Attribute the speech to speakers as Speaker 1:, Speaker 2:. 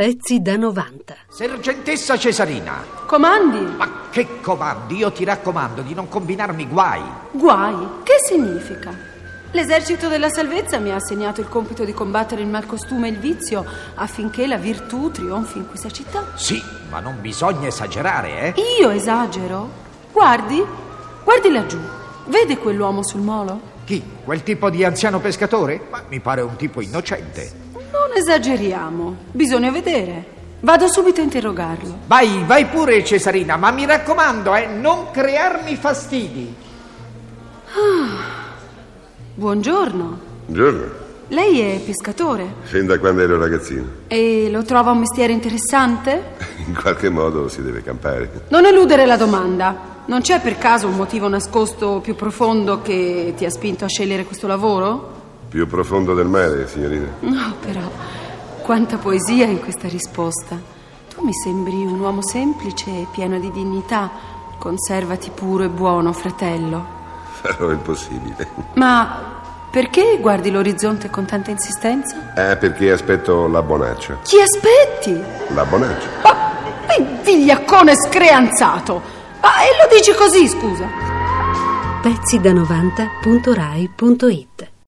Speaker 1: Pezzi da 90.
Speaker 2: Sergentessa Cesarina,
Speaker 3: Comandi?
Speaker 2: ma che comandi? Io ti raccomando di non combinarmi guai.
Speaker 3: Guai? Che significa? L'esercito della salvezza mi ha assegnato il compito di combattere il malcostume e il vizio affinché la virtù trionfi in questa città.
Speaker 2: Sì, ma non bisogna esagerare, eh?
Speaker 3: Io esagero? Guardi, guardi laggiù. Vede quell'uomo sul molo?
Speaker 2: Chi? Quel tipo di anziano pescatore? Ma mi pare un tipo innocente.
Speaker 3: Non esageriamo, bisogna vedere. Vado subito a interrogarlo.
Speaker 2: Vai, vai pure Cesarina, ma mi raccomando, eh, non crearmi fastidi.
Speaker 3: Buongiorno.
Speaker 4: Buongiorno,
Speaker 3: Lei è pescatore
Speaker 4: fin da quando ero ragazzino.
Speaker 3: e lo trova un mestiere interessante?
Speaker 4: In qualche modo si deve campare.
Speaker 3: Non eludere la domanda. Non c'è per caso un motivo nascosto più profondo che ti ha spinto a scegliere questo lavoro?
Speaker 4: Più profondo del mare, signorina.
Speaker 3: No, però, quanta poesia in questa risposta. Tu mi sembri un uomo semplice e pieno di dignità. Conservati puro e buono, fratello.
Speaker 4: Farò il possibile.
Speaker 3: Ma perché guardi l'orizzonte con tanta insistenza?
Speaker 4: Ah, perché aspetto la bonaccia.
Speaker 3: Chi aspetti?
Speaker 4: La bonaccia?
Speaker 3: Ah, Vigliaccone screanzato! Ah, e lo dici così, scusa?
Speaker 1: Pezzi da 90.rai.it